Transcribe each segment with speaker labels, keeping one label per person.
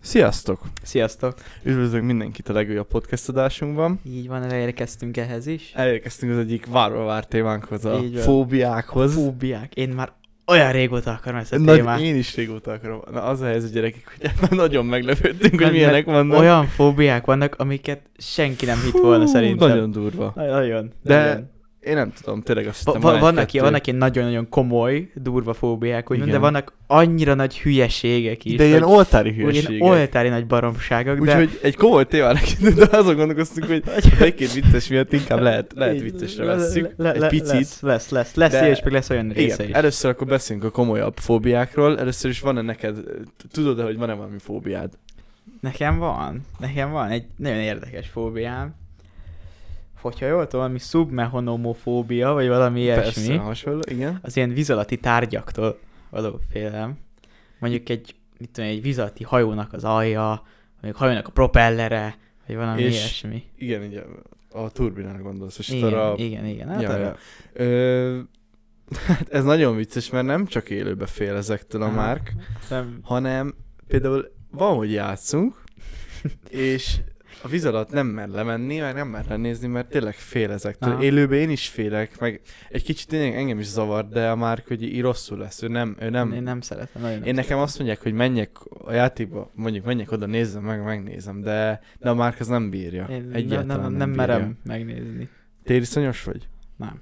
Speaker 1: Sziasztok!
Speaker 2: Sziasztok!
Speaker 1: Üdvözlünk mindenkit a legújabb podcast adásunkban.
Speaker 2: Így van, elérkeztünk ehhez is.
Speaker 1: Elérkeztünk az egyik várva vár témánkhoz, a
Speaker 2: Így van.
Speaker 1: fóbiákhoz.
Speaker 2: Fóbiák. Én már olyan régóta akarom ezt a
Speaker 1: Nagy,
Speaker 2: témát.
Speaker 1: én is régóta akarom. Na az a helyzet gyerekek, hogy ebben nagyon meglepődtünk, hogy
Speaker 2: Nagy-
Speaker 1: milyenek vannak.
Speaker 2: Olyan fóbiák vannak, amiket senki nem hitt
Speaker 1: Fú,
Speaker 2: volna szerintem.
Speaker 1: Nagyon durva.
Speaker 2: Na- nagyon.
Speaker 1: De
Speaker 2: nagyon.
Speaker 1: Én nem tudom, tényleg azt
Speaker 2: Va-
Speaker 1: hittem van
Speaker 2: va- vannak,
Speaker 1: egy-kettő.
Speaker 2: ilyen, vannak ilyen nagyon-nagyon komoly, durva fóbiák, úgymond, de
Speaker 1: Igen.
Speaker 2: vannak annyira nagy hülyeségek is.
Speaker 1: De ilyen
Speaker 2: hogy-
Speaker 1: oltári
Speaker 2: hogy ilyen
Speaker 1: hülyeségek.
Speaker 2: oltári nagy baromságok, de...
Speaker 1: Úgyhogy egy komoly témának indult, de azon gondolkoztunk, hogy egy-két vicces miatt inkább lehet, lehet
Speaker 2: Így-
Speaker 1: viccesre
Speaker 2: le-
Speaker 1: vesszük.
Speaker 2: le- le-
Speaker 1: Egy picit.
Speaker 2: Lesz, lesz, lesz, lesz
Speaker 1: De-
Speaker 2: ilyen, és meg lesz olyan része
Speaker 1: Igen,
Speaker 2: is.
Speaker 1: először akkor beszéljünk a komolyabb fóbiákról. Először is van-e neked, tudod-e, hogy van-e valami fóbiád?
Speaker 2: Nekem van. Nekem van egy nagyon érdekes fóbiám. Hogyha jól tudom, valami szubmehonomofóbia, vagy valami ilyesmi.
Speaker 1: Persze, hasonló, igen.
Speaker 2: Az ilyen víz alatti tárgyaktól való félelem. Mondjuk egy, mit tudom, egy víz alatti hajónak az alja, mondjuk hajónak a propellere, vagy valami
Speaker 1: És-
Speaker 2: ilyesmi.
Speaker 1: Igen, így a, a turbinára gondolsz, és
Speaker 2: Igen,
Speaker 1: arra...
Speaker 2: igen, igen. Hát
Speaker 1: Ja,
Speaker 2: arra-
Speaker 1: ja. Ö, hát ez nagyon vicces, mert nem csak élőbe fél ezektől a
Speaker 2: Aha.
Speaker 1: márk,
Speaker 2: Nem,
Speaker 1: hanem például van, hogy játszunk, és a víz alatt nem mer lemenni, meg nem mer lenézni, mert tényleg fél ezektől.
Speaker 2: Aha.
Speaker 1: Élőben én is félek, meg egy kicsit tényleg engem is zavar, de a Márk, hogy így rosszul lesz, ő nem, ő nem,
Speaker 2: Én nem szeretem. Nagyon
Speaker 1: Én nekem azt mondják, hogy menjek a játékba, mondjuk menjek oda, nézzem meg, megnézem, de, de a Márk az nem bírja.
Speaker 2: szeretem. Én nem,
Speaker 1: Egyáltalán
Speaker 2: nem,
Speaker 1: nem,
Speaker 2: nem
Speaker 1: bírja.
Speaker 2: merem megnézni.
Speaker 1: Te iszonyos vagy?
Speaker 2: Nem.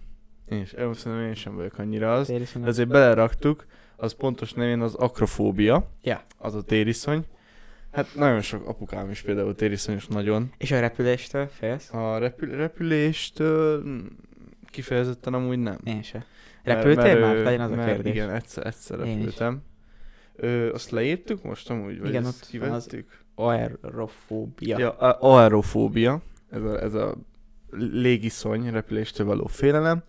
Speaker 1: Én is, én szerintem én sem vagyok annyira az.
Speaker 2: Téli szünet.
Speaker 1: Ezért beleraktuk, az pontos nevén az akrofóbia,
Speaker 2: Ja.
Speaker 1: az a tériszony. Hát nagyon sok apukám is például tériszonyos nagyon.
Speaker 2: És a repüléstől félsz?
Speaker 1: A repül- repüléstől mm, kifejezetten amúgy nem.
Speaker 2: Én se. Repültél
Speaker 1: Mert-
Speaker 2: már?
Speaker 1: ö,
Speaker 2: Legyen az a
Speaker 1: mert
Speaker 2: kérdés.
Speaker 1: Igen, egyszer, egyszer
Speaker 2: Én is.
Speaker 1: repültem. Ö, azt leírtuk most amúgy, vagy
Speaker 2: Igen,
Speaker 1: ezt
Speaker 2: ott van az-
Speaker 1: kivettük?
Speaker 2: aerofóbia.
Speaker 1: Ja, a- aerofóbia, ez a, ez a légiszony, repüléstől való félelem.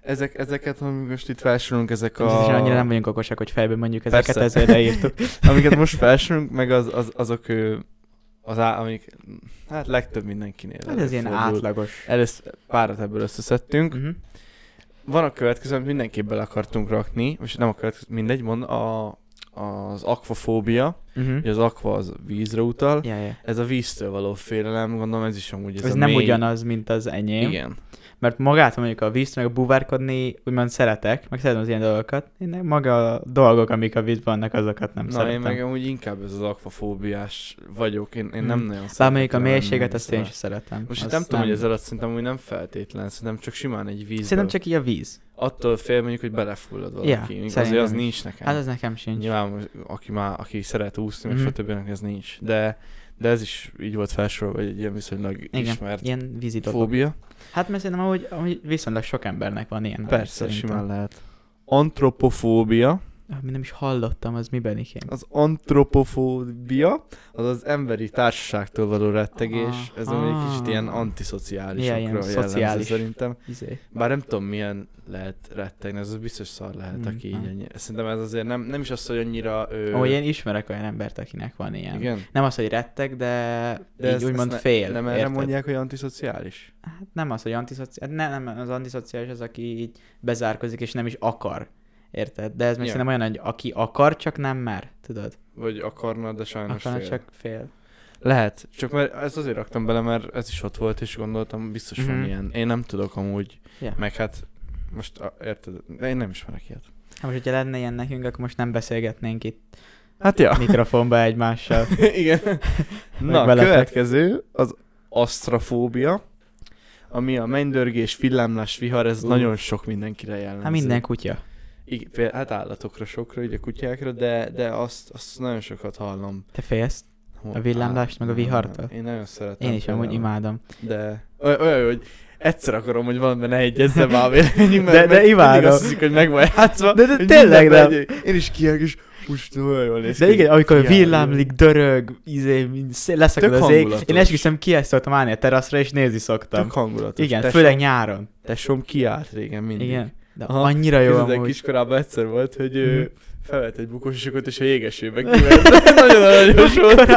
Speaker 1: Ezek, ezeket, amik most itt felsorolunk, ezek
Speaker 2: A...
Speaker 1: a...
Speaker 2: annyira nem vagyunk okosak, hogy fejbe mondjuk ezeket,
Speaker 1: Persze.
Speaker 2: ezért leírtuk.
Speaker 1: Amiket most felsorolunk, meg az, az, azok, ö, az á, amik, hát legtöbb mindenkinél.
Speaker 2: Hát ez ilyen
Speaker 1: előfordul.
Speaker 2: átlagos.
Speaker 1: Először párat ebből összeszedtünk.
Speaker 2: Uh-huh.
Speaker 1: Van a következő, amit mindenképp bele akartunk rakni, most nem a következő, mindegy, mond, a, az akvafóbia, ugye
Speaker 2: Uh-huh.
Speaker 1: az akva az vízre utal,
Speaker 2: Ja, ja.
Speaker 1: ez a víztől való félelem, gondolom ez is amúgy ez,
Speaker 2: Ez, ez
Speaker 1: a
Speaker 2: nem
Speaker 1: main-
Speaker 2: ugyanaz, mint az enyém. Igen.
Speaker 1: Igen.
Speaker 2: Mert magát mondjuk a vízt, meg a buvárkodni úgymond szeretek, meg szeretem az ilyen dolgokat. Én nem- maga a dolgok, amik a vízben vannak, azokat nem
Speaker 1: Na,
Speaker 2: szeretem.
Speaker 1: én meg amúgy inkább ez az akvafóbiás vagyok, én, én nem
Speaker 2: Mhm.
Speaker 1: nagyon
Speaker 2: Bár mondjuk a
Speaker 1: lemenni
Speaker 2: mélységet, azt én
Speaker 1: szóval.
Speaker 2: sem szeretem.
Speaker 1: Most
Speaker 2: Azt
Speaker 1: nem tudom, hogy ez alatt szerintem úgy nem feltétlen, szerintem csak simán egy vízből.
Speaker 2: Szerintem csak így a víz.
Speaker 1: Attól fél mondjuk, hogy belefullad valaki.
Speaker 2: Ja,
Speaker 1: Yeah, azért
Speaker 2: szerintem
Speaker 1: az
Speaker 2: is.
Speaker 1: nincs nekem.
Speaker 2: Hát ez nekem sincs.
Speaker 1: Nyilván, most, aki már, aki szeret úszni, mm-hmm.
Speaker 2: Mhm.
Speaker 1: és stb. ez nincs. De, de ez is így volt felsorolva, hogy egy ilyen viszonylag Igen.
Speaker 2: Igen,
Speaker 1: ismert
Speaker 2: ilyen vízi dolog.
Speaker 1: fóbia.
Speaker 2: Hát mert szerintem ahogy, ahogy viszonylag sok embernek van ilyen.
Speaker 1: Persze,
Speaker 2: szerintem.
Speaker 1: simán lehet. Antropofóbia.
Speaker 2: Amit nem is hallottam, az miben is ilyen.
Speaker 1: Az antropofóbia, az az emberi társaságtól való rettegés, ez ami egy kicsit ilyen
Speaker 2: Aha.
Speaker 1: antiszociálisokra
Speaker 2: Ah. Ilyen, ilyen
Speaker 1: jellemző
Speaker 2: szociális.
Speaker 1: szerintem.
Speaker 2: Izé.
Speaker 1: Bár nem tudom, milyen lehet rettegni, ez biztos szar lehet,
Speaker 2: Mm,
Speaker 1: aki így
Speaker 2: nem.
Speaker 1: ennyi. Szerintem ez azért nem, nem is az, hogy annyira... Ő...
Speaker 2: Amúgy én ismerek olyan embert, akinek van ilyen.
Speaker 1: Igen?
Speaker 2: Nem az, hogy retteg, de,
Speaker 1: De
Speaker 2: de így
Speaker 1: ezt-
Speaker 2: úgymond
Speaker 1: ezt
Speaker 2: fél.
Speaker 1: Nem erre
Speaker 2: érted?
Speaker 1: mondják, hogy antiszociális?
Speaker 2: Hát nem az, hogy antiszociális. Ne, nem, az antiszociális az, aki így bezárkozik, és nem is akar. Érted? De ez még
Speaker 1: Ja.
Speaker 2: szerintem olyan, hogy aki akar, csak nem mer. Tudod?
Speaker 1: Vagy akarna, de sajnos
Speaker 2: Akarna,
Speaker 1: fél.
Speaker 2: csak fél.
Speaker 1: Lehet, csak mert ezt azért raktam bele, mert ez is ott volt, és gondoltam, biztos van
Speaker 2: Mhm.
Speaker 1: ilyen. Én nem tudok amúgy,
Speaker 2: Ja.
Speaker 1: meg hát most a, érted, de én nem ismerek ilyet.
Speaker 2: Hát most, hogyha lenne ilyen nekünk, akkor most nem beszélgetnénk itt
Speaker 1: Hát ja.
Speaker 2: mikrofonba egymással.
Speaker 1: Igen. Na, a
Speaker 2: veletek.
Speaker 1: következő az asztrafóbia, ami a mennydörgés, villámlás, vihar, ez
Speaker 2: Ú.
Speaker 1: nagyon sok mindenkire jellemző.
Speaker 2: Hát minden kutya.
Speaker 1: Igen, például- hát állatokra sokra, ugye kutyákra, de, de azt, azt nagyon sokat hallom.
Speaker 2: Te félsz?
Speaker 1: Hol-
Speaker 2: A villámlást, meg a
Speaker 1: nem,
Speaker 2: vihartól?
Speaker 1: nem. Én nagyon szeretem.
Speaker 2: Én is amúgy
Speaker 1: például.
Speaker 2: imádom.
Speaker 1: De oly- olyan, jó, hogy egyszer akarom, hogy valamiben ne egyezze már a véleményünk, mert,
Speaker 2: De- de
Speaker 1: mert mindig
Speaker 2: imádom.
Speaker 1: azt hiszik, hogy meg van játszva.
Speaker 2: De- de
Speaker 1: hogy
Speaker 2: tényleg
Speaker 1: mindenben
Speaker 2: nem.
Speaker 1: egy- Én is kiállok, és most olyan jól néz
Speaker 2: De
Speaker 1: ki.
Speaker 2: igen, amikor
Speaker 1: Kiáll, jó.
Speaker 2: villámlik, dörög, izé, mind szé- leszakad
Speaker 1: Tök
Speaker 2: az ég.
Speaker 1: hangulatos.
Speaker 2: Én esküszöm, ki ezt szoktam állni a teraszra, és nézni szoktam.
Speaker 1: Tök hangulatos.
Speaker 2: Igen,
Speaker 1: Tesó-
Speaker 2: főleg nyáron.
Speaker 1: Tesóm kiállt régen mindig.
Speaker 2: Igen. De
Speaker 1: Aha,
Speaker 2: annyira jó
Speaker 1: Képzeld el,
Speaker 2: amúgy.
Speaker 1: kiskorában egyszer volt, hogy ő
Speaker 2: Mhm.
Speaker 1: felvett egy bukósisakot, és a jégesőbe kiment. Ez nagyon aranyos volt.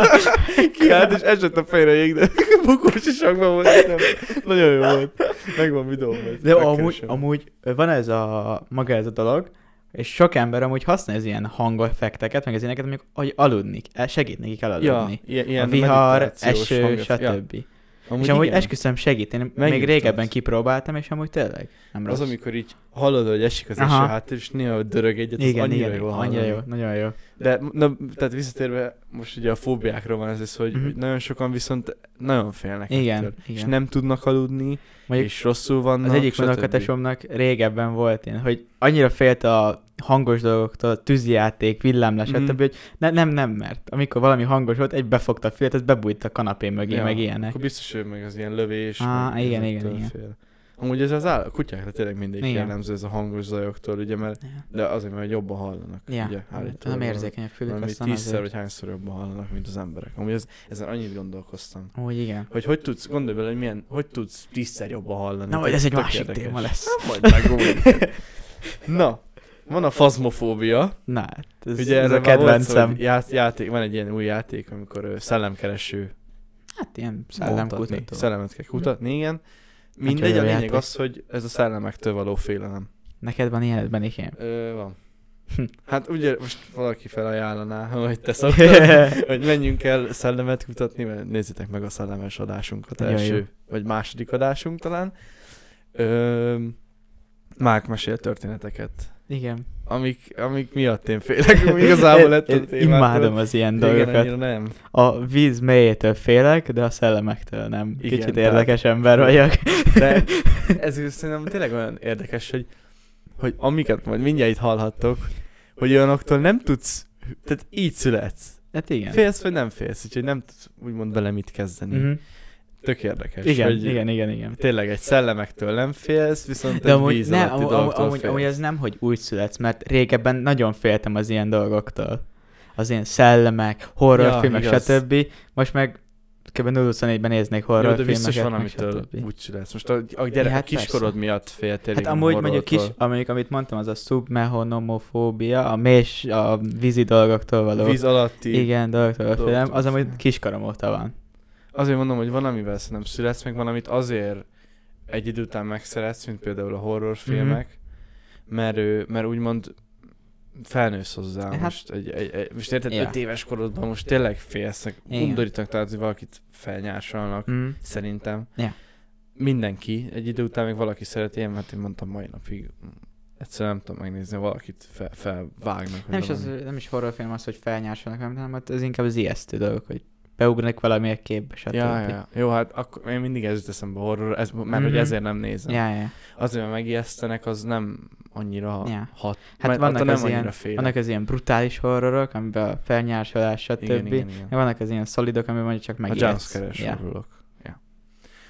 Speaker 1: Kiállt, és esett a fejre a jég, de bukósisakban volt. Nem. Nagyon jó volt. Megvan videó volt.
Speaker 2: De amúgy, amúgy van ez a maga ez a dolog, És sok ember amúgy használja az ilyen hangeffekteket, meg az ilyeneket, amik hogy aludni, el- segít nekik
Speaker 1: Ja,
Speaker 2: elaludni.
Speaker 1: ilyen,
Speaker 2: Ja,
Speaker 1: ilyen
Speaker 2: a vihar,
Speaker 1: meditációs
Speaker 2: eső,
Speaker 1: hangja-
Speaker 2: stb.
Speaker 1: Ja,
Speaker 2: és amúgy
Speaker 1: igen.
Speaker 2: esküszöm segít, én még
Speaker 1: Megnyugtat.
Speaker 2: régebben kipróbáltam, és amúgy tényleg nem rossz.
Speaker 1: Az, amikor így hallod, hogy esik az eső
Speaker 2: Aha.
Speaker 1: háttér, és néha dörög egyet,
Speaker 2: igen,
Speaker 1: az annyira
Speaker 2: igen,
Speaker 1: jó
Speaker 2: annyira
Speaker 1: hallani.
Speaker 2: jó, nagyon jó.
Speaker 1: De na, tehát visszatérve, most ugye a fóbiákról van ez, ez hogy
Speaker 2: Mhm.
Speaker 1: mm-hmm. nagyon sokan viszont nagyon félnek.
Speaker 2: Igen,
Speaker 1: ettől. És
Speaker 2: igen.
Speaker 1: nem tudnak aludni,
Speaker 2: Mondjuk
Speaker 1: és rosszul vannak,
Speaker 2: Az egyik
Speaker 1: stb.
Speaker 2: unokatesomnak régebben volt én, hogy annyira félt a hangos dolgoktól, tűzjáték, villámlás,
Speaker 1: Mhm.
Speaker 2: mm. stb., hogy ne, nem, nem mert. Amikor valami hangos volt, egy befogta a fület, az bebújt a kanapé mögé,
Speaker 1: Ja,
Speaker 2: meg ilyenek.
Speaker 1: Akkor biztos, hogy meg az ilyen lövés.
Speaker 2: Á,
Speaker 1: meg
Speaker 2: igen, igen,
Speaker 1: ezektől
Speaker 2: igen.
Speaker 1: Fél. Amúgy ez az áll, a kutyákra tényleg mindig
Speaker 2: Igen.
Speaker 1: jellemző ez a hangos zajoktól, ugye, mert
Speaker 2: Ja.
Speaker 1: de azért, mert jobban hallanak.
Speaker 2: Ja, hát,
Speaker 1: Ugye,
Speaker 2: nem
Speaker 1: állítólag
Speaker 2: érzékeny a fülük,
Speaker 1: Valami
Speaker 2: aztán
Speaker 1: tízszer
Speaker 2: azért.
Speaker 1: vagy hányszor jobban hallanak, mint az emberek. Amúgy ez, ezen annyit gondolkoztam.
Speaker 2: Úgy igen.
Speaker 1: Hogy hogy tudsz, gondolj bele, hogy milyen, hogy tudsz tízszer jobban hallani.
Speaker 2: Na,
Speaker 1: Tök-
Speaker 2: hogy ez egy
Speaker 1: tök
Speaker 2: másik
Speaker 1: érdekes.
Speaker 2: téma lesz.
Speaker 1: Hát, Majd meg gomoljuk. Na, van a fazmofóbia.
Speaker 2: Na, hát ez,
Speaker 1: Ugye
Speaker 2: ez
Speaker 1: erre már
Speaker 2: a
Speaker 1: volt szó,
Speaker 2: kedvencem.
Speaker 1: hogy ját, játék, van egy ilyen új játék, amikor ö, szellemkereső
Speaker 2: Hát ilyen
Speaker 1: kutatni.
Speaker 2: szellemkutató.
Speaker 1: Szellemet kell kutatni, igen. Mindegy,
Speaker 2: jó
Speaker 1: a lényeg
Speaker 2: játék.
Speaker 1: az, hogy ez a szellemektől való félelem.
Speaker 2: Neked van ilyen benikém?
Speaker 1: Ö, van. Hát ugye most valaki felajánlaná, hogy te szoktad, hogy menjünk el szellemet kutatni, mert nézzétek meg a szellemes adásunkat,
Speaker 2: Nagyon
Speaker 1: első
Speaker 2: jó.
Speaker 1: vagy második adásunk talán. Ö, Márk mesél történeteket,
Speaker 2: Igen.
Speaker 1: amik, amik miatt én félek, igazából ettől a
Speaker 2: Én
Speaker 1: témától.
Speaker 2: Imádom az ilyen
Speaker 1: Igen,
Speaker 2: dolgokat.
Speaker 1: annyira nem.
Speaker 2: A víz mélyétől félek, de a szellemektől nem.
Speaker 1: Igen,
Speaker 2: Kicsit
Speaker 1: tehát-
Speaker 2: érdekes ember vagyok.
Speaker 1: De ez is szerintem tényleg olyan érdekes, hogy, hogy amiket majd mindjárt itt hallhattok, hogy olyanoktól nem tudsz, tehát így születsz.
Speaker 2: Hát igen.
Speaker 1: Félsz vagy nem félsz, úgyhogy nem tudsz úgymond vele mit kezdeni.
Speaker 2: Mhm.
Speaker 1: Tök érdekes.
Speaker 2: Igen,
Speaker 1: hogy
Speaker 2: igen, igen, igen.
Speaker 1: Tényleg egy szellemektől nem félsz, viszont
Speaker 2: De
Speaker 1: egy
Speaker 2: amúgy,
Speaker 1: víz
Speaker 2: nem,
Speaker 1: alatti
Speaker 2: amúgy, amúgy,
Speaker 1: dologtól
Speaker 2: amúgy,
Speaker 1: félsz.
Speaker 2: amúgy ez nem, hogy úgy születsz, mert régebben nagyon féltem az ilyen dolgoktól. Az ilyen szellemek, horrorfilmek,
Speaker 1: Ja, igaz.
Speaker 2: stb. Most meg kb. 0-24-ben néznék
Speaker 1: Jó, de
Speaker 2: horrorfilmeket.
Speaker 1: biztos van,
Speaker 2: meg
Speaker 1: amitől
Speaker 2: stb.
Speaker 1: úgy születsz. Most a, a, gyerek,
Speaker 2: Ja, hát
Speaker 1: a kiskorod
Speaker 2: persze.
Speaker 1: miatt féltél.
Speaker 2: Hát
Speaker 1: igen,
Speaker 2: amúgy mondjuk kis,
Speaker 1: horrortól.
Speaker 2: amelyik, amit mondtam, az a szubmehonomofóbia, a més, a vízi dolgoktól való.
Speaker 1: Víz alatti.
Speaker 2: igen, dolgoktól való
Speaker 1: dolgoktól
Speaker 2: félelem, az amúgy
Speaker 1: félelem.
Speaker 2: kiskorom óta van.
Speaker 1: Azért mondom, hogy van, amivel szerintem születsz, meg van, amit azért egy idő után megszeretsz, mint például a
Speaker 2: Mhm.
Speaker 1: horrorfilmek, mert, ő, mert úgymond felnősz hozzá
Speaker 2: Hát-
Speaker 1: hát, most. Egy, egy, egy, most érted,
Speaker 2: Ja.
Speaker 1: öt éves korodban most tényleg félsz, meg
Speaker 2: Igen.
Speaker 1: undorítanak, tehát, hogy valakit felnyársalnak,
Speaker 2: Mm.
Speaker 1: szerintem.
Speaker 2: Ja.
Speaker 1: Mindenki, egy idő után még valaki szereti, én, mert én mondtam mai napig, mm, egyszerűen nem tudom megnézni, ha valakit fel, felvágnak. vagy
Speaker 2: Nem is, az,
Speaker 1: valami.
Speaker 2: nem is horrorfilm az, hogy felnyársanak, hanem hanem hát ez inkább az ijesztő dolgok, hogy beugranak valamilyen képbe, stb.
Speaker 1: Ja, ja, jó, hát akkor én mindig ez jut eszembe a horror, ez, mert hogy
Speaker 2: Mhm.
Speaker 1: ezért nem nézem.
Speaker 2: ja, ja.
Speaker 1: azért, mert megijesztenek, az nem annyira
Speaker 2: Ja.
Speaker 1: ja. hat.
Speaker 2: Hát
Speaker 1: Mert
Speaker 2: vannak
Speaker 1: attól nem
Speaker 2: az,
Speaker 1: annyira
Speaker 2: ilyen,
Speaker 1: félek.
Speaker 2: vannak az ilyen brutális horrorok, amiben a felnyársolás, stb.
Speaker 1: Igen, igen, igen.
Speaker 2: Meg Vannak az ilyen szolidok, amiben mondjuk csak
Speaker 1: A
Speaker 2: megijedsz.
Speaker 1: jumpscare-es
Speaker 2: ja.
Speaker 1: horrorok. Ja.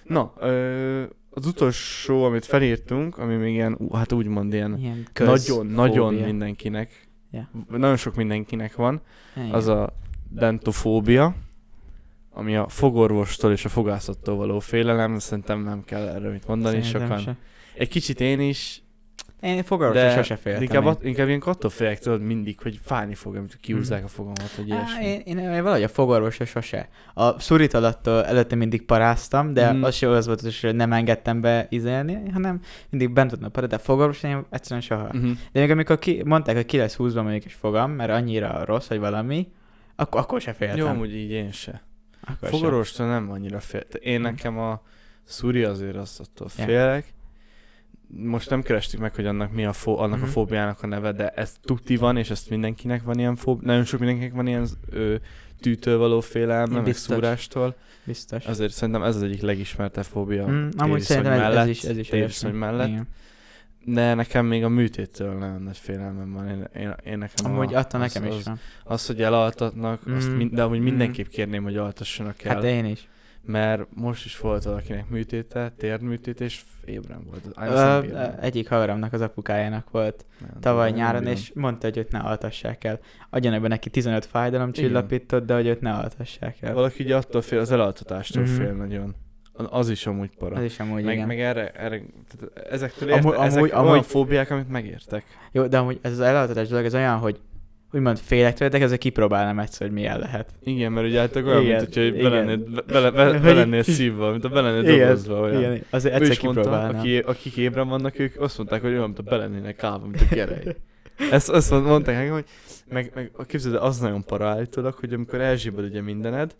Speaker 1: Na, ö, az utolsó, amit felírtunk, ami még ilyen, ú, hát úgymond ilyen
Speaker 2: Ilyen
Speaker 1: nagyon-nagyon
Speaker 2: közfóbia.
Speaker 1: mindenkinek,
Speaker 2: Ja.
Speaker 1: nagyon sok mindenkinek van,
Speaker 2: Igen.
Speaker 1: az a dentofóbia, ami a fogorvostól és a fogászattól való félelem, szerintem nem kell erről mit mondani,
Speaker 2: Szerintem
Speaker 1: sokan.
Speaker 2: se.
Speaker 1: Egy kicsit én is,
Speaker 2: Én fogalmasra
Speaker 1: de
Speaker 2: sose féltem.
Speaker 1: inkább,
Speaker 2: én.
Speaker 1: at- inkább ilyen attól félek, tudod, mindig, hogy fájni fog, amikor kiúzzák a fogamat, vagy
Speaker 2: Á,
Speaker 1: ilyesmi.
Speaker 2: én, én, én valahogy a fogorvosra sose. A szurit alatt ö, előtte mindig paráztam, de
Speaker 1: Mhm.
Speaker 2: az se az volt, hogy nem engedtem be izelni, hanem mindig bent tudna paráztam, de fogorvosra én egyszerűen soha.
Speaker 1: Uh-huh.
Speaker 2: De még amikor ki, mondták, hogy ki lesz húzva mondjuk egy fogam, mert annyira rossz, vagy valami, ak- akkor se féltem.
Speaker 1: Jó, amúgy így én se.
Speaker 2: akkor se.
Speaker 1: Fogorvostól nem annyira féltem. Én nekem a szúri azért azt attól
Speaker 2: Mhm. Ja.
Speaker 1: félek. Most nem kerestük meg, hogy annak mi a fó, annak
Speaker 2: Mhm.
Speaker 1: a fóbiának a neve, de ez tuti van, és ezt mindenkinek van ilyen fób... Nagyon sok mindenkinek van ilyen ö, tűtől való félelme, meg
Speaker 2: Biztos.
Speaker 1: szúrástól.
Speaker 2: Biztos.
Speaker 1: Azért szerintem ez az egyik legismertebb fóbia.
Speaker 2: Mm, amúgy
Speaker 1: tériszony
Speaker 2: szerintem ez, ez
Speaker 1: mellett,
Speaker 2: is, ez is
Speaker 1: tériszony
Speaker 2: egyébként.
Speaker 1: mellett.
Speaker 2: Igen.
Speaker 1: De nekem még a műtéttől nagyon nagy félelmem van. Én, én, én nekem
Speaker 2: Amúgy
Speaker 1: a,
Speaker 2: attól
Speaker 1: Ah, az-
Speaker 2: nekem is Hát
Speaker 1: az,
Speaker 2: van.
Speaker 1: az, hogy elaltatnak, mm. azt
Speaker 2: Mm.
Speaker 1: mind, de amúgy
Speaker 2: Mm.
Speaker 1: mindenképp kérném, hogy altassanak el.
Speaker 2: Hát én is.
Speaker 1: mert most is volt valakinek műtéte, térdműtét, és ébren volt. Az
Speaker 2: Ö,
Speaker 1: nem
Speaker 2: ö,
Speaker 1: bírnám.
Speaker 2: egyik haveromnak az apukájának volt
Speaker 1: Nem,
Speaker 2: tavaly
Speaker 1: nem
Speaker 2: nyáron,
Speaker 1: bírom.
Speaker 2: és mondta, hogy őt ne altassák el. Adjanak be neki 15 fájdalomcsillapítót, de hogy őt ne altassák el.
Speaker 1: Valaki ugye attól fél, az elaltatástól
Speaker 2: Mhm.
Speaker 1: fél nagyon. Az is amúgy para.
Speaker 2: Az is amúgy
Speaker 1: meg,
Speaker 2: igen.
Speaker 1: meg erre, erre tehát ezektől
Speaker 2: Amúgy-
Speaker 1: érte, amúgy, ezek
Speaker 2: amúgy-
Speaker 1: amúgy, olyan
Speaker 2: amúgy-
Speaker 1: fóbiák, amit megértek.
Speaker 2: Jó, de amúgy ez az elaltatás dolog, ez olyan, hogy úgymond félek tőle, de ezzel kipróbálnám egyszer, hogy milyen lehet.
Speaker 1: Igen, mert ugye általában olyan,
Speaker 2: Igen,
Speaker 1: mint hogyha
Speaker 2: igen.
Speaker 1: belennéd, bele, bele,
Speaker 2: Hogy-
Speaker 1: belennél szívva, mint a belennél dobozva olyan.
Speaker 2: igen, azért
Speaker 1: Ő
Speaker 2: egyszer
Speaker 1: is mondta,
Speaker 2: kipróbálnám.
Speaker 1: aki, akik ébren vannak, ők azt mondták, hogy olyan, mint a belennének állva, mint a gerej. Ezt, ezt mond- mondták nekem, hogy meg, meg képzeld, el, az nagyon para állítólag, hogy amikor elzsibad ugye mindened,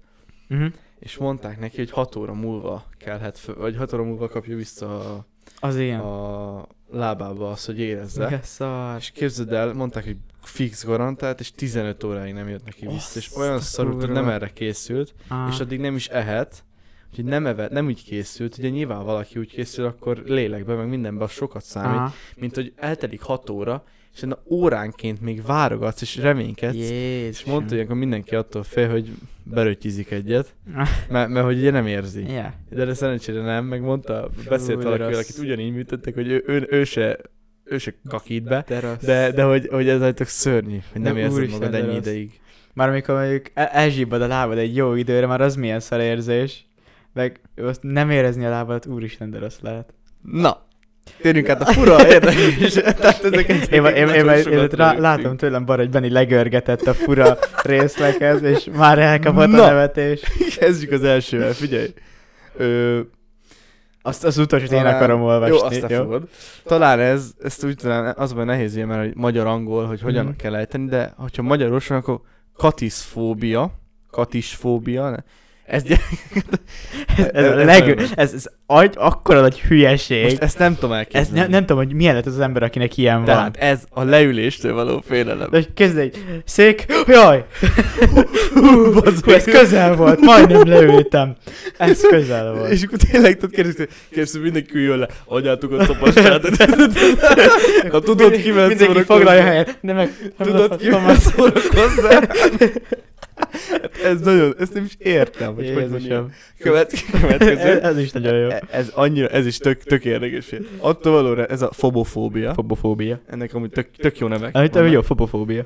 Speaker 2: Uh-huh.
Speaker 1: és mondták neki, hogy 6 óra múlva kellhet, föl, vagy 6 óra múlva kapja vissza a,
Speaker 2: Az ilyen.
Speaker 1: a lábába azt, hogy érezze.
Speaker 2: Igen, szar.
Speaker 1: És képzeld el, mondták, hogy fix garantált, és 15 óráig nem jött neki vissza, és
Speaker 2: Azt
Speaker 1: olyan
Speaker 2: a
Speaker 1: szarul, hogy
Speaker 2: kurva.
Speaker 1: nem erre készült,
Speaker 2: Ah,
Speaker 1: és addig nem is ehet, úgyhogy nem, evet, nem úgy készült, ugye nyilván valaki úgy készül, akkor lélekben, meg mindenben az sokat számít,
Speaker 2: aha.
Speaker 1: mint hogy eltelik 6 óra, és na óránként még várogatsz és reménykedsz,
Speaker 2: Jézus.
Speaker 1: és mondta, hogy akkor mindenki attól fél, hogy berötyízik egyet, mert, mert hogy ugye nem érzi.
Speaker 2: Yeah.
Speaker 1: De erre szerencsére nem, meg mondta, beszélt
Speaker 2: Fú, de
Speaker 1: valakivel,
Speaker 2: rossz.
Speaker 1: akit ugyanígy műtöttek, hogy ő, ő, ő se, ő se kakít be,
Speaker 2: De rossz.
Speaker 1: de, de hogy, hogy ez állítok szörnyű, hogy nem
Speaker 2: De
Speaker 1: érzed
Speaker 2: úristen,
Speaker 1: magad
Speaker 2: de
Speaker 1: ennyi
Speaker 2: rossz.
Speaker 1: ideig.
Speaker 2: Már amikor mondjuk el- elzsibbad a lábad egy jó időre, már az milyen szar érzés. Meg azt nem érezni a lábadat, úristen, de rossz lehet.
Speaker 1: Na, térjünk át a fura érdekes. Tehát ezek egy-
Speaker 2: Én, én, én, én,
Speaker 1: nagyon
Speaker 2: én, én
Speaker 1: sokat
Speaker 2: rá,
Speaker 1: lőttünk.
Speaker 2: látom tőlem bar, hogy Benni legörgetett a fura részlekhez, és már elkapott
Speaker 1: Na.
Speaker 2: a nevetés.
Speaker 1: Kezdjük az elsővel, figyelj. Ö,
Speaker 2: Azt az utolsót én
Speaker 1: Talán-
Speaker 2: akarom olvasni.
Speaker 1: Jó, azt jó? fogod. Talán ez, ezt úgy talán azban nehéz ilyen, mert hogy magyar-angol, hogy hogyan
Speaker 2: Mhm.
Speaker 1: kell ejteni, de hogyha magyarosan, akkor katiszfóbia, katisfóbia, ne? ez, gy-
Speaker 2: Ez, ez,
Speaker 1: Ez-
Speaker 2: a
Speaker 1: ez
Speaker 2: leg,
Speaker 1: nagyon-
Speaker 2: ez, ez agy, akkora nagy hülyeség.
Speaker 1: most ezt nem tudom
Speaker 2: ez
Speaker 1: elképzelni.
Speaker 2: ne, nem tudom, hogy milyen lett az az ember, akinek ilyen
Speaker 1: Tehát
Speaker 2: Tehát.
Speaker 1: ez a leüléstől való félelem.
Speaker 2: van. De kezd egy szék, jaj! Hú,
Speaker 1: bazd meg.
Speaker 2: ez közel volt, majdnem leültem. Ez közel volt.
Speaker 1: És akkor tényleg, tudod, kérdezni, kérdezni, mindenki üljön le, adjátok a tapasztalat. Ha tudod, kivel
Speaker 2: Mindenki
Speaker 1: szórakozni.
Speaker 2: foglalja helyet. De meg nem
Speaker 1: Tudod, ki
Speaker 2: kaptam
Speaker 1: már
Speaker 2: azt.
Speaker 1: szórakozzá? Hát ez nagyon, ezt nem is értem, hogy hogy mondjam.
Speaker 2: Jézusom.
Speaker 1: Követ,
Speaker 2: Ez
Speaker 1: következő.
Speaker 2: ez is nagyon jó.
Speaker 1: E- Ez annyira, ez is tök, tök érdekes. film. Attól valóra ez a fobofóbia.
Speaker 2: Fobofóbia.
Speaker 1: Ennek amúgy tök, tök jó nevek.
Speaker 2: Amit
Speaker 1: vannak.
Speaker 2: jó, fobofóbia.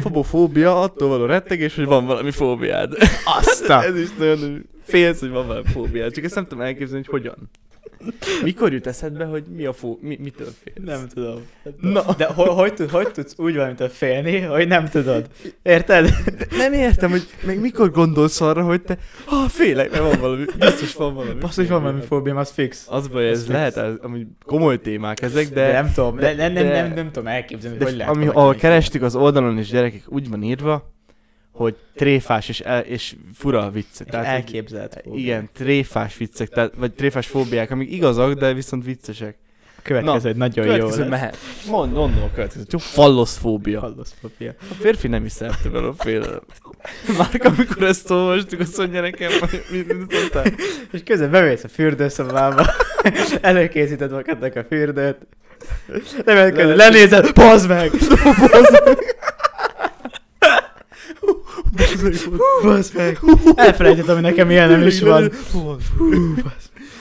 Speaker 1: Fobofóbia, attól való rettegés, hogy van valami fóbiád.
Speaker 2: Azt a...
Speaker 1: ez is nagyon félsz, hogy van valami fóbiád. Csak ezt nem tudom elképzelni, hogy hogyan. Mikor jut eszedbe, hogy mi a fó... Mi, mitől félsz?
Speaker 2: Nem tudom.
Speaker 1: Na.
Speaker 2: De ho- hogy, tud, hogy tudsz úgy valamit félni, hogy nem tudod? Érted?
Speaker 1: Nem értem, hogy meg mikor gondolsz arra, hogy te... Ha, félek, mert van valami... Biztos van valami.
Speaker 2: Basz, hogy van valami fóbiám, az fix.
Speaker 1: Az baj,
Speaker 2: Ez
Speaker 1: ez
Speaker 2: fix.
Speaker 1: lehet, ez- amúgy komoly témák ezek, de...
Speaker 2: De nem tudom,
Speaker 1: de-
Speaker 2: de, nem, nem,
Speaker 1: de-
Speaker 2: nem, nem tudom elképzelni, hogy
Speaker 1: De f-
Speaker 2: hogy lehet.
Speaker 1: ami, ahol
Speaker 2: valakinek
Speaker 1: kerestük az oldalon is gyerekek, úgy van írva, hogy tréfás és, el, és fura a vicce.
Speaker 2: ilyen.
Speaker 1: Tehát,
Speaker 2: És
Speaker 1: hogy-
Speaker 2: elképzelhet. fóbia.
Speaker 1: igen, tréfás viccek, tehát, vagy tréfás fóbiák, amik igazak, de viszont viccesek.
Speaker 2: A Következő, Na, nagyon jó
Speaker 1: Következő
Speaker 2: lesz.
Speaker 1: mehet. Mond, mondom a következő. Jó, falloszfóbia.
Speaker 2: Halloszfobia.
Speaker 1: A férfi nem is szertő a félelem. Már amikor ezt olvastuk, azt mondja nekem, hogy mit mit mondtál?
Speaker 2: És közben bemész a fürdőszobába, előkészíted magadnak a fürdőt, nem elkezded,
Speaker 1: Le-
Speaker 2: lenézel, bazd meg! Bazd meg! Elfelejtettem, hogy nekem ilyen nem is van.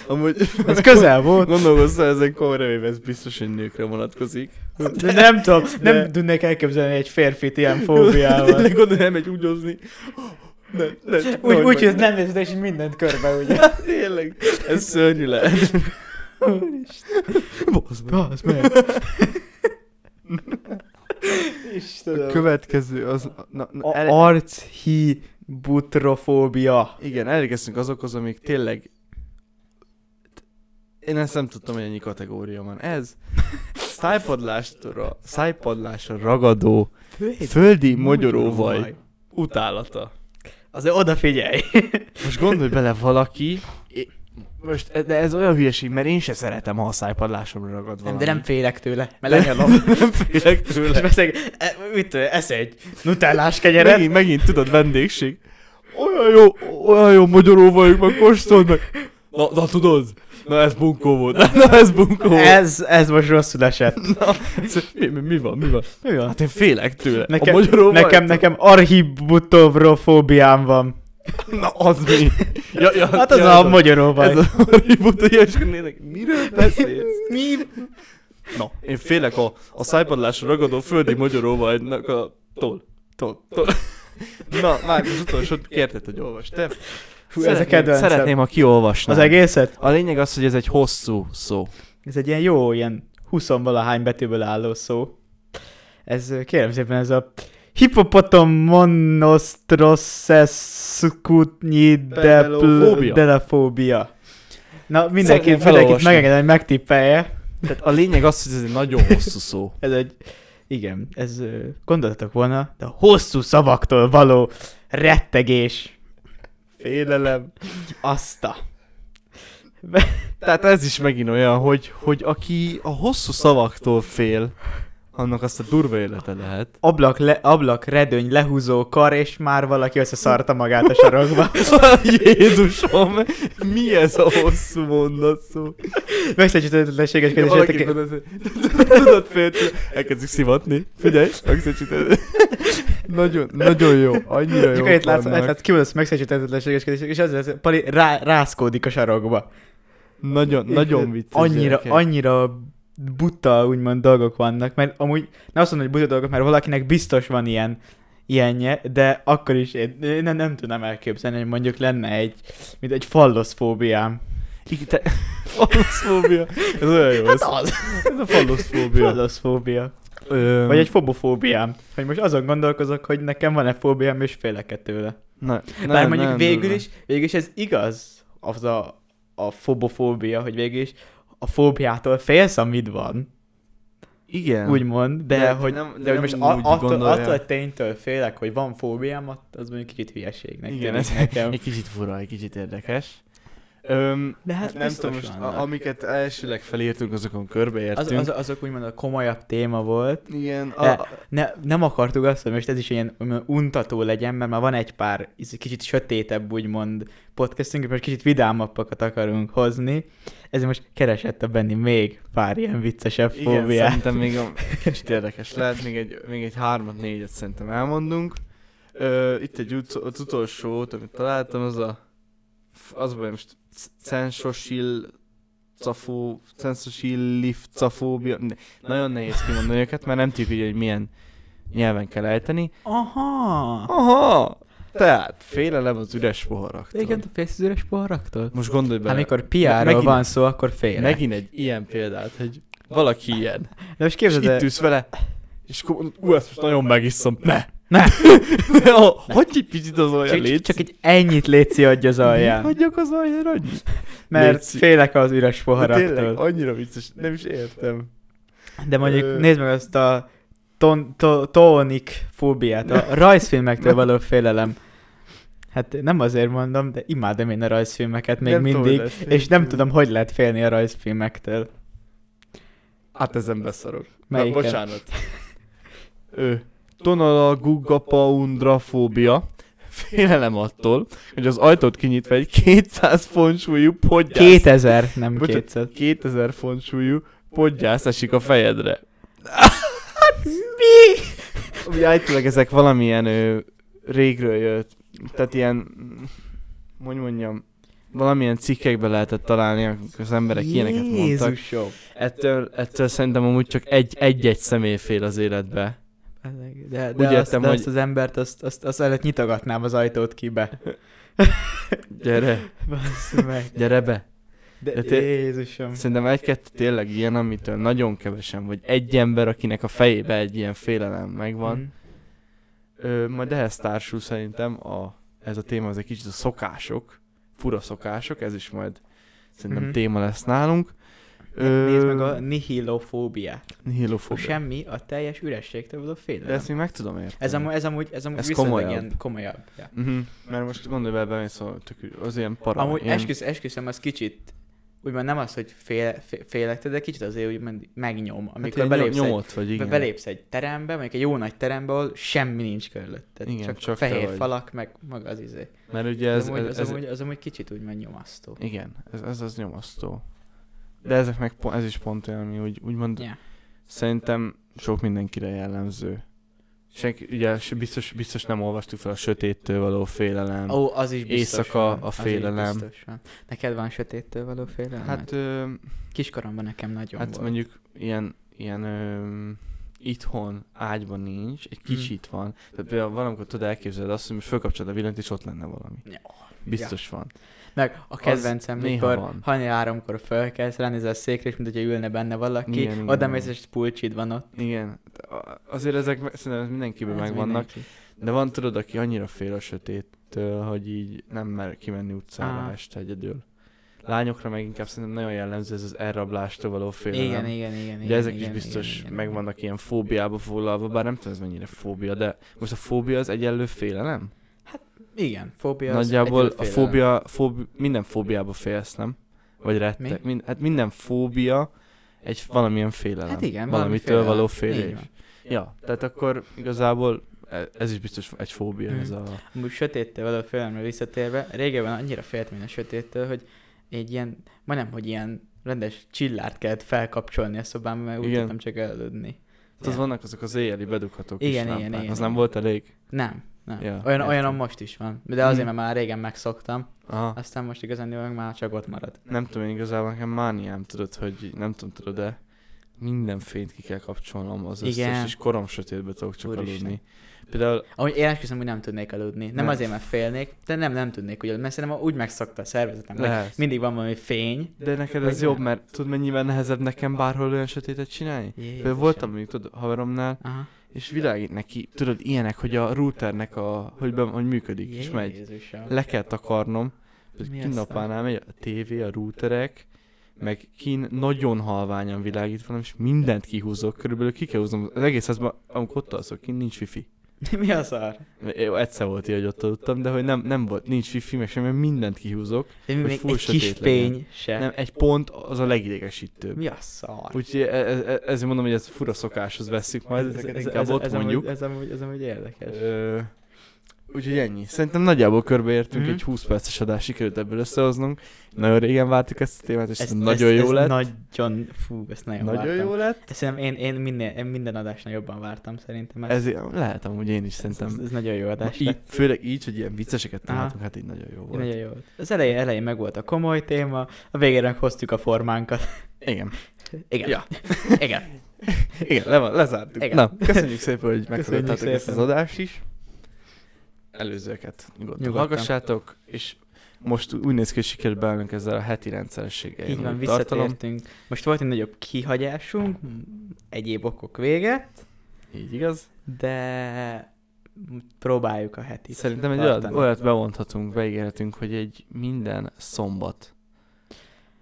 Speaker 1: Amúgy...
Speaker 2: Ez közel volt.
Speaker 1: Gondolkozz ezen komolyan, hogy ez biztos, hogy nőkre vonatkozik.
Speaker 2: De nem tudom,
Speaker 1: De-
Speaker 2: nem tudnék elképzelni egy férfit ilyen
Speaker 1: Tényleg
Speaker 2: fóbiával.
Speaker 1: gondolom, nem egy úgyozni. Ne, ne, csak
Speaker 2: Úgy,
Speaker 1: nehogy meg-
Speaker 2: úgy, hogy ez nem nézed, és így mindent körbe, ugye?
Speaker 1: Tényleg, ez szörnyű lehet. Bazd meg.
Speaker 2: Bazd meg!
Speaker 1: A
Speaker 2: Istenem.
Speaker 1: következő az... Na, na,
Speaker 2: A
Speaker 1: el,
Speaker 2: archi butrofóbia.
Speaker 1: igen, elérkeztünk azokhoz, amik tényleg... Én ezt nem tudtam, hogy ennyi kategória van. Ez szájpadlásra, szájpadlásra ragadó földi mogyoróvaj utálata.
Speaker 2: Azért odafigyelj.
Speaker 1: Most gondolj bele valaki, é- most, e- de ez olyan hülyeség, mert én se szeretem, ha a szájpadlásomra ragad
Speaker 2: Nem,
Speaker 1: valami.
Speaker 2: de nem félek tőle, mert lenyelom.
Speaker 1: nem félek
Speaker 2: És
Speaker 1: tőle.
Speaker 2: beszélek, e, mit tudom, esz egy nutellás kenyeret.
Speaker 1: Megint, megint, tudod, vendégség. Olyan jó, olyan jó magyaró vagyok, meg kóstold meg. Na, na tudod, na ez bunkó volt, na ez bunkó volt.
Speaker 2: Ez, ez most rosszul esett.
Speaker 1: Mi, mi, mi van, mi van?
Speaker 2: Mi van?
Speaker 1: Hát én félek tőle.
Speaker 2: Nekem,
Speaker 1: a magyaró
Speaker 2: nekem,
Speaker 1: vagy?
Speaker 2: nekem arhibutovrofóbiám van.
Speaker 1: Na az mi? Ja, ja,
Speaker 2: Hát az
Speaker 1: ja,
Speaker 2: a magyaró
Speaker 1: Ez
Speaker 2: vagy.
Speaker 1: a reboot, hogy és akkor néznek, miről beszélsz?
Speaker 2: Mi?
Speaker 1: Na, én félek a, a szájpadlásra ragadó földi magyaróvajnak a tól. Tól. tól. Na, már az utolsót kérted, hogy olvasd. Te
Speaker 2: Hú, ez a kedvencem.
Speaker 1: Szeretném, ha kiolvasnál.
Speaker 2: Az egészet?
Speaker 1: A lényeg az, hogy ez egy hosszú szó.
Speaker 2: Ez egy ilyen jó, ilyen 20 valahány betűből álló szó. Ez ö, kérem szépen ez a hippopotom monostrosses skutnyi
Speaker 1: Pedelofóbia.
Speaker 2: delafóbia. Na mindenki,
Speaker 1: Szeretném
Speaker 2: mindenkit
Speaker 1: felolvasni.
Speaker 2: megengedem, hogy megtippelje.
Speaker 1: Tehát a lényeg az, hogy ez egy nagyon hosszú szó.
Speaker 2: Ez egy Igen, ez ö, gondoltatok volna, de a hosszú szavaktól való rettegés, félelem, azt a...
Speaker 1: Tehát ez is megint olyan, hogy, hogy aki a hosszú szavaktól fél, annak azt a durva élete lehet.
Speaker 2: Ablak, le, ablak, redőny, lehúzó kar, és már valaki összeszarta magát a sarokba.
Speaker 1: Jézusom, mi ez a hosszú mondat szó?
Speaker 2: Megszerűtlenséges
Speaker 1: Valaki
Speaker 2: kérdéseket.
Speaker 1: tudod, tudod féltől, elkezdjük szivatni. Figyelj, megszöcsíted. Nagyon, nagyon jó, annyira
Speaker 2: Csak
Speaker 1: jó.
Speaker 2: itt látsz, látsz kimondasz megszerűtlenséges kérdéseket, és az lesz, Pali rá, rászkódik a sarokba.
Speaker 1: Nagyon, nagyon vicces.
Speaker 2: Annyira,
Speaker 1: gyerekek.
Speaker 2: annyira buta, úgymond dolgok vannak, mert amúgy, nem azt mondom, hogy buta dolgok, mert valakinek biztos van ilyen ilyenje, de akkor is én, én nem, nem tudnám elképzelni, hogy mondjuk lenne egy, mint egy falloszfóbiám.
Speaker 1: Igen, te... Falloszfóbia. Ez olyan jó. ez.
Speaker 2: Hát az.
Speaker 1: Ez a falloszfóbia.
Speaker 2: Falloszfóbia.
Speaker 1: Öm,
Speaker 2: Vagy egy fobofóbiám. Hogy most azon gondolkozok, hogy nekem van-e fóbiám, és félek tőle.
Speaker 1: Na,
Speaker 2: Nem, Bár mondjuk
Speaker 1: nem,
Speaker 2: nem, végül,
Speaker 1: durva.
Speaker 2: is, végül is ez igaz, az a, a fobofóbia, hogy végül is a fóbiától félsz, amit van,
Speaker 1: Igen.
Speaker 2: úgymond, de,
Speaker 1: De
Speaker 2: de hogy,
Speaker 1: nem-
Speaker 2: nem,
Speaker 1: de
Speaker 2: de,
Speaker 1: nem
Speaker 2: hogy most
Speaker 1: úgy
Speaker 2: a, attól,
Speaker 1: gondolják.
Speaker 2: attól a ténytől félek, hogy van fóbiám, att- az mondjuk kicsit hülyeségnek
Speaker 1: Igen,
Speaker 2: tűnik
Speaker 1: ez
Speaker 2: nekem.
Speaker 1: egy kicsit fura, egy kicsit érdekes. Öm,
Speaker 2: De hát
Speaker 1: nem tudom, most, a, amiket elsőleg felírtunk, azokon körbeértünk.
Speaker 2: az, az, azok úgymond a komolyabb téma volt.
Speaker 1: Igen, a,
Speaker 2: De- Ne, nem akartuk azt, hogy most ez is ilyen úgymond untató legyen, mert már van egy pár ez egy kicsit sötétebb, úgymond podcastünk, és most kicsit vidámabbakat akarunk hozni. Ezért most keresett a Benni még pár ilyen viccesebb
Speaker 1: igen,
Speaker 2: fóbiát.
Speaker 1: szerintem még a, kicsit érdekes lehet, még egy, még egy hármat, négyet szerintem elmondunk. Ö, itt egy ut- az utolsó, út, amit találtam, az a f- az a baj, most c- censosil cafó, censosilifcafóbia, ne, nagyon nehéz kimondani őket, mert nem tudjuk, ugye, hogy milyen nyelven kell ejteni.
Speaker 2: Aha!
Speaker 1: Aha! Tehát, félelem az üres poharaktól.
Speaker 2: Igen, te félsz az üres poharaktól?
Speaker 1: Most gondolj bele.
Speaker 2: Hát Amikor
Speaker 1: Me-
Speaker 2: PR-ról
Speaker 1: megint-
Speaker 2: van szó, akkor félek.
Speaker 1: Megint egy ilyen példát, hogy valaki ilyen.
Speaker 2: De most
Speaker 1: És
Speaker 2: képzeld el,
Speaker 1: itt ülsz vele, és akkor mondod, ú, ezt most nagyon megiszom. Ne!
Speaker 2: Ne!
Speaker 1: ne a, hagyj egy picit az alján,
Speaker 2: csak,
Speaker 1: légy.
Speaker 2: csak, csak egy ennyit léci adj az alján,
Speaker 1: Hagyjak az alján, hagyj.
Speaker 2: mert
Speaker 1: léci.
Speaker 2: félek az
Speaker 1: De
Speaker 2: üres
Speaker 1: Tényleg,
Speaker 2: poharaktól.
Speaker 1: annyira vicces, nem is értem.
Speaker 2: De mondjuk
Speaker 1: Ö.
Speaker 2: nézd meg azt a ton, to, tonik fóbiát, a rajzfilmektől való félelem. Hát nem azért mondom, de imádom én a rajzfilmeket még
Speaker 1: Nem
Speaker 2: nem
Speaker 1: tudom,
Speaker 2: mindig,
Speaker 1: hogy lesz
Speaker 2: és nem
Speaker 1: rajzfilm.
Speaker 2: tudom, hogy lehet félni a rajzfilmektől.
Speaker 1: Hát ezen beszarok. Na,
Speaker 2: Melyiket?
Speaker 1: bocsánat. Ő. Tonala gugapaundrafóbia. Félelem attól, hogy az ajtót kinyitva egy 200 font súlyú podgyász.
Speaker 2: 2000, nem
Speaker 1: Bocsánat.
Speaker 2: 200.
Speaker 1: 2000 font súlyú podgyász esik a fejedre.
Speaker 2: Hát Mi?
Speaker 1: Ugye állítólag ezek valamilyen ö, régről jött, tehát ilyen, mm, hogy mondjam, valamilyen cikkekbe lehetett találni, amikor az emberek ilyeneket mondtak.
Speaker 2: Jézusom.
Speaker 1: Ettől, ettől szerintem amúgy csak egy, egy-egy személy fél az életbe.
Speaker 2: De,
Speaker 1: Úgy
Speaker 2: de, Úgy azt,
Speaker 1: értem,
Speaker 2: de
Speaker 1: hogy-
Speaker 2: azt az embert, azt, azt, azt előtt nyitogatnám az ajtót kibe.
Speaker 1: Gyere,
Speaker 2: Basszú meg.
Speaker 1: gyere be. De
Speaker 2: De,
Speaker 1: té-
Speaker 2: Jézusom.
Speaker 1: Szerintem egy-kettő tényleg ilyen, amitől nagyon kevesen, vagy egy ember, akinek a fejébe egy ilyen félelem megvan.
Speaker 2: Mm.
Speaker 1: Ö, majd ehhez társul szerintem a, ez a téma, az egy kicsit a szokások, fura szokások, ez is majd szerintem
Speaker 2: Mhm. Hát
Speaker 1: téma lesz nálunk. Ö,
Speaker 2: Nézd meg a nihilofóbiát.
Speaker 1: nihilofóbia.
Speaker 2: Semmi, a teljes ürességtől való
Speaker 1: De
Speaker 2: félelem.
Speaker 1: ezt még meg tudom érteni.
Speaker 2: Ez amúgy, ez amúgy, ez amúgy
Speaker 1: Ez
Speaker 2: ez komolyabb.
Speaker 1: komolyabb.
Speaker 2: Ilyen komolyabb. Ja.
Speaker 1: Uh-huh. Mert most gondolj bele, bemész a tök, az ilyen para.
Speaker 2: Amúgy
Speaker 1: ilyen... hát
Speaker 2: esküsz, esküszöm, az kicsit, úgymond nem az, hogy fél, fél, félek, tőle, de kicsit azért úgymond megnyom, amikor
Speaker 1: ilyen
Speaker 2: hát belépsz, egy,
Speaker 1: nyomot vagy, igen.
Speaker 2: belépsz egy terembe, mondjuk egy jó nagy terembe, ahol semmi nincs körülötted.
Speaker 1: Igen,
Speaker 2: Igen, csak,
Speaker 1: csak
Speaker 2: csak
Speaker 1: te
Speaker 2: fehér
Speaker 1: vagy.
Speaker 2: falak, meg maga az izé.
Speaker 1: Mert ugye
Speaker 2: Ez,
Speaker 1: ez,
Speaker 2: amúgy,
Speaker 1: ez,
Speaker 2: az,
Speaker 1: ez,
Speaker 2: amúgy, az amúgy kicsit úgymond nyomasztó.
Speaker 1: igen, ez, ez az nyomasztó. De ezek meg, pont- ez is pont olyan, ami úgy, úgymond
Speaker 2: Ja.
Speaker 1: Szerintem sok mindenkire jellemző. Senki, ugye se- biztos, biztos nem olvastuk fel a sötéttől való félelem.
Speaker 2: Ó, az is biztos
Speaker 1: Éjszaka
Speaker 2: van,
Speaker 1: a
Speaker 2: az is
Speaker 1: félelem.
Speaker 2: biztos van. Neked van sötéttől való félelem?
Speaker 1: hát
Speaker 2: Hát,
Speaker 1: ö,
Speaker 2: Kiskoromban nekem nagyon
Speaker 1: hát
Speaker 2: volt.
Speaker 1: mondjuk ilyen, ilyen ö, itthon ágyban nincs, egy kicsit
Speaker 2: Mm.
Speaker 1: van. Tehát például valamikor tudod elképzelni azt, hogy most fölkapcsolod a villanyt, és ott lenne valami.
Speaker 2: Ja.
Speaker 1: Biztos van.
Speaker 2: Meg a kedvencem,
Speaker 1: néha
Speaker 2: mikor
Speaker 1: van.
Speaker 2: hajnal háromkor fölkelsz, ránézel a székre, és mint hogyha ülne benne valaki,
Speaker 1: Igen, igen,
Speaker 2: oda mész,
Speaker 1: igen.
Speaker 2: és pulcsid van ott.
Speaker 1: Igen. A- Azért ezek me- szerintem mindenkiben
Speaker 2: Ez
Speaker 1: megvannak.
Speaker 2: mindenki.
Speaker 1: De van tudod, aki annyira fél a sötéttől, hogy így nem mer kimenni utcára
Speaker 2: Á.
Speaker 1: este egyedül. lányokra meg inkább szerintem nagyon jellemző ez az elrablástól való félelem.
Speaker 2: Igen, igen, igen.
Speaker 1: Ugye
Speaker 2: igen,
Speaker 1: ezek is
Speaker 2: igen,
Speaker 1: biztos
Speaker 2: igen, igen,
Speaker 1: meg vannak ilyen fóbiába foglalva, bár nem tudom ez mennyire fóbia, de most a fóbia az egyenlő félelem?
Speaker 2: Igen, fóbia az
Speaker 1: Nagyjából
Speaker 2: egyedül
Speaker 1: a
Speaker 2: félelem. Hát
Speaker 1: fóbia, fóbi, minden fóbiába félsz, nem? Vagy rettek. Mind, hát minden fóbia egy valamilyen félelem.
Speaker 2: Hát igen, valami
Speaker 1: Valamitől
Speaker 2: félelem.
Speaker 1: való
Speaker 2: Így
Speaker 1: félés.
Speaker 2: van.
Speaker 1: Ja, tehát akkor igazából e- ez is biztos egy fóbia,
Speaker 2: Mhm.
Speaker 1: ez a...
Speaker 2: Amúgy sötéttől való félelemre visszatérve, régebben annyira féltem én a sötéttől, hogy egy ilyen, majdnem, hogy ilyen rendes csillárt kellett felkapcsolni a szobámba, mert úgy
Speaker 1: Igen.
Speaker 2: tudtam csak elődni.
Speaker 1: Tehát
Speaker 2: Ja.
Speaker 1: vannak azok az éjjeli bedughatók kis
Speaker 2: Igen, igen,
Speaker 1: lámpák.
Speaker 2: igen,
Speaker 1: Az
Speaker 2: igen.
Speaker 1: nem volt elég?
Speaker 2: Nem, nem.
Speaker 1: Ja,
Speaker 2: olyan,
Speaker 1: értem.
Speaker 2: olyanom most is van. De azért,
Speaker 1: Mm.
Speaker 2: mert már régen megszoktam,
Speaker 1: Aha.
Speaker 2: aztán most igazán meg már csak ott marad.
Speaker 1: Hát Nem tudom, én igazából nekem mániám, tudod, hogy nem tudom, tudod, de minden fényt ki kell kapcsolnom az összes,
Speaker 2: Igen.
Speaker 1: és korom sötétbe tudok csak
Speaker 2: Úristen.
Speaker 1: aludni. Például,
Speaker 2: Ahogy én esküszöm, hogy nem tudnék aludni. Nem,
Speaker 1: Nem.
Speaker 2: azért, mert félnék, de nem, nem tudnék ugye, mert szerintem úgy megszokta a szervezetem, hogy
Speaker 1: lehet.
Speaker 2: mindig van valami fény.
Speaker 1: De neked
Speaker 2: Vagy
Speaker 1: ez jobb,
Speaker 2: nem.
Speaker 1: mert tudod, mennyivel nehezebb nekem bárhol olyan sötétet csinálni? Például
Speaker 2: Jézusom.
Speaker 1: voltam még, tudod, haveromnál,
Speaker 2: Aha.
Speaker 1: és világít neki, tudod, ilyenek, hogy a routernek a, hogy, be, hogy működik, és megy.
Speaker 2: Jézusom.
Speaker 1: Le kell takarnom, hogy
Speaker 2: Mi a
Speaker 1: kinnapánál megy a tévé, a routerek, meg kin nagyon halványan világít valam, és mindent kihúzok, körülbelül ki kell húznom. Az egész házban, amikor ott alszok, kint nincs wifi.
Speaker 2: Mi a szar?
Speaker 1: Én Egyszer volt így, hogy ott aludtam, de hogy nem, nem volt, nincs wifi, meg semmi, mindent kihúzok.
Speaker 2: De mi
Speaker 1: Hogy
Speaker 2: még
Speaker 1: full
Speaker 2: egy kis
Speaker 1: sötét legyen.
Speaker 2: fény se.
Speaker 1: Nem, egy pont az a legidegesítőbb.
Speaker 2: Mi a szar?
Speaker 1: Úgyhogy e- e- e- ezért mondom, hogy ez fura szokáshoz vesszük majd, ezeket inkább ott
Speaker 2: ez,
Speaker 1: mondjuk.
Speaker 2: Amúgy, ez, amúgy, ez amúgy érdekes.
Speaker 1: Ö, úgyhogy ennyi. Szerintem nagyjából körbeértünk,
Speaker 2: Mhm.
Speaker 1: egy 20 perces adást sikerült ebből összehoznunk. Nagyon régen váltuk ezt a témát, és
Speaker 2: Ez,
Speaker 1: ez, nagyon jó
Speaker 2: ez
Speaker 1: lett.
Speaker 2: Nagyon, fú, ezt nagyon,
Speaker 1: nagyon
Speaker 2: vártam.
Speaker 1: jó lett.
Speaker 2: Ezt Szerintem én, én, minden, én minden adásnál jobban vártam, szerintem. Ez,
Speaker 1: Ez, lehet amúgy én is
Speaker 2: ez,
Speaker 1: szerintem.
Speaker 2: ez nagyon jó adás.
Speaker 1: Így,
Speaker 2: lett.
Speaker 1: főleg így, hogy ilyen vicceseket
Speaker 2: Aha.
Speaker 1: találtunk, hát így nagyon jó volt.
Speaker 2: Nagyon jó. volt. Az elején, elején meg volt a komoly téma, a végére meg hoztuk a formánkat.
Speaker 1: Igen.
Speaker 2: Igen.
Speaker 1: Ja.
Speaker 2: Igen.
Speaker 1: Igen, le van, lezártuk.
Speaker 2: Igen.
Speaker 1: Na, köszönjük szépen, hogy meghallgattatok
Speaker 2: Köszönjük
Speaker 1: ezt az
Speaker 2: szépen.
Speaker 1: adást is. Előzőeket nyugodtan,
Speaker 2: Nyugodtan.
Speaker 1: hallgassátok, és most úgy néz ki, hogy sikerült beállnunk ezzel a heti rendszerességgel.
Speaker 2: Így van,
Speaker 1: Úgy tartalom.
Speaker 2: visszatértünk. Most volt egy nagyobb kihagyásunk, egyéb okok vége,
Speaker 1: Így igaz.
Speaker 2: de próbáljuk a hetit.
Speaker 1: Szerintem egy
Speaker 2: tartani.
Speaker 1: olyat, olyat bevonthatunk, beígérhetünk, hogy egy minden szombat,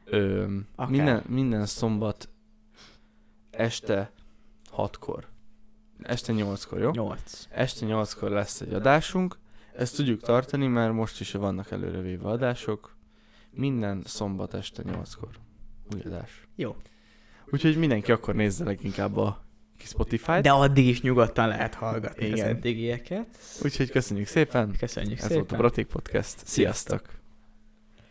Speaker 1: ö,
Speaker 2: Akár.
Speaker 1: minden, minden szombat este hatkor, este nyolckor, jó?
Speaker 2: Nyolc.
Speaker 1: Este 8-kor lesz egy adásunk, ezt tudjuk tartani, mert most is vannak előrevéve adások. Minden szombat este 8-kor új adás.
Speaker 2: Jó.
Speaker 1: Úgyhogy mindenki akkor nézze leginkább a kis Spotify-t.
Speaker 2: De addig is nyugodtan lehet hallgatni Igen. az
Speaker 1: Hát- Igen.
Speaker 2: eddigieket.
Speaker 1: Úgyhogy köszönjük szépen,
Speaker 2: Köszönjük
Speaker 1: ez
Speaker 2: szépen.
Speaker 1: volt a Braték Podcast. Sziasztok!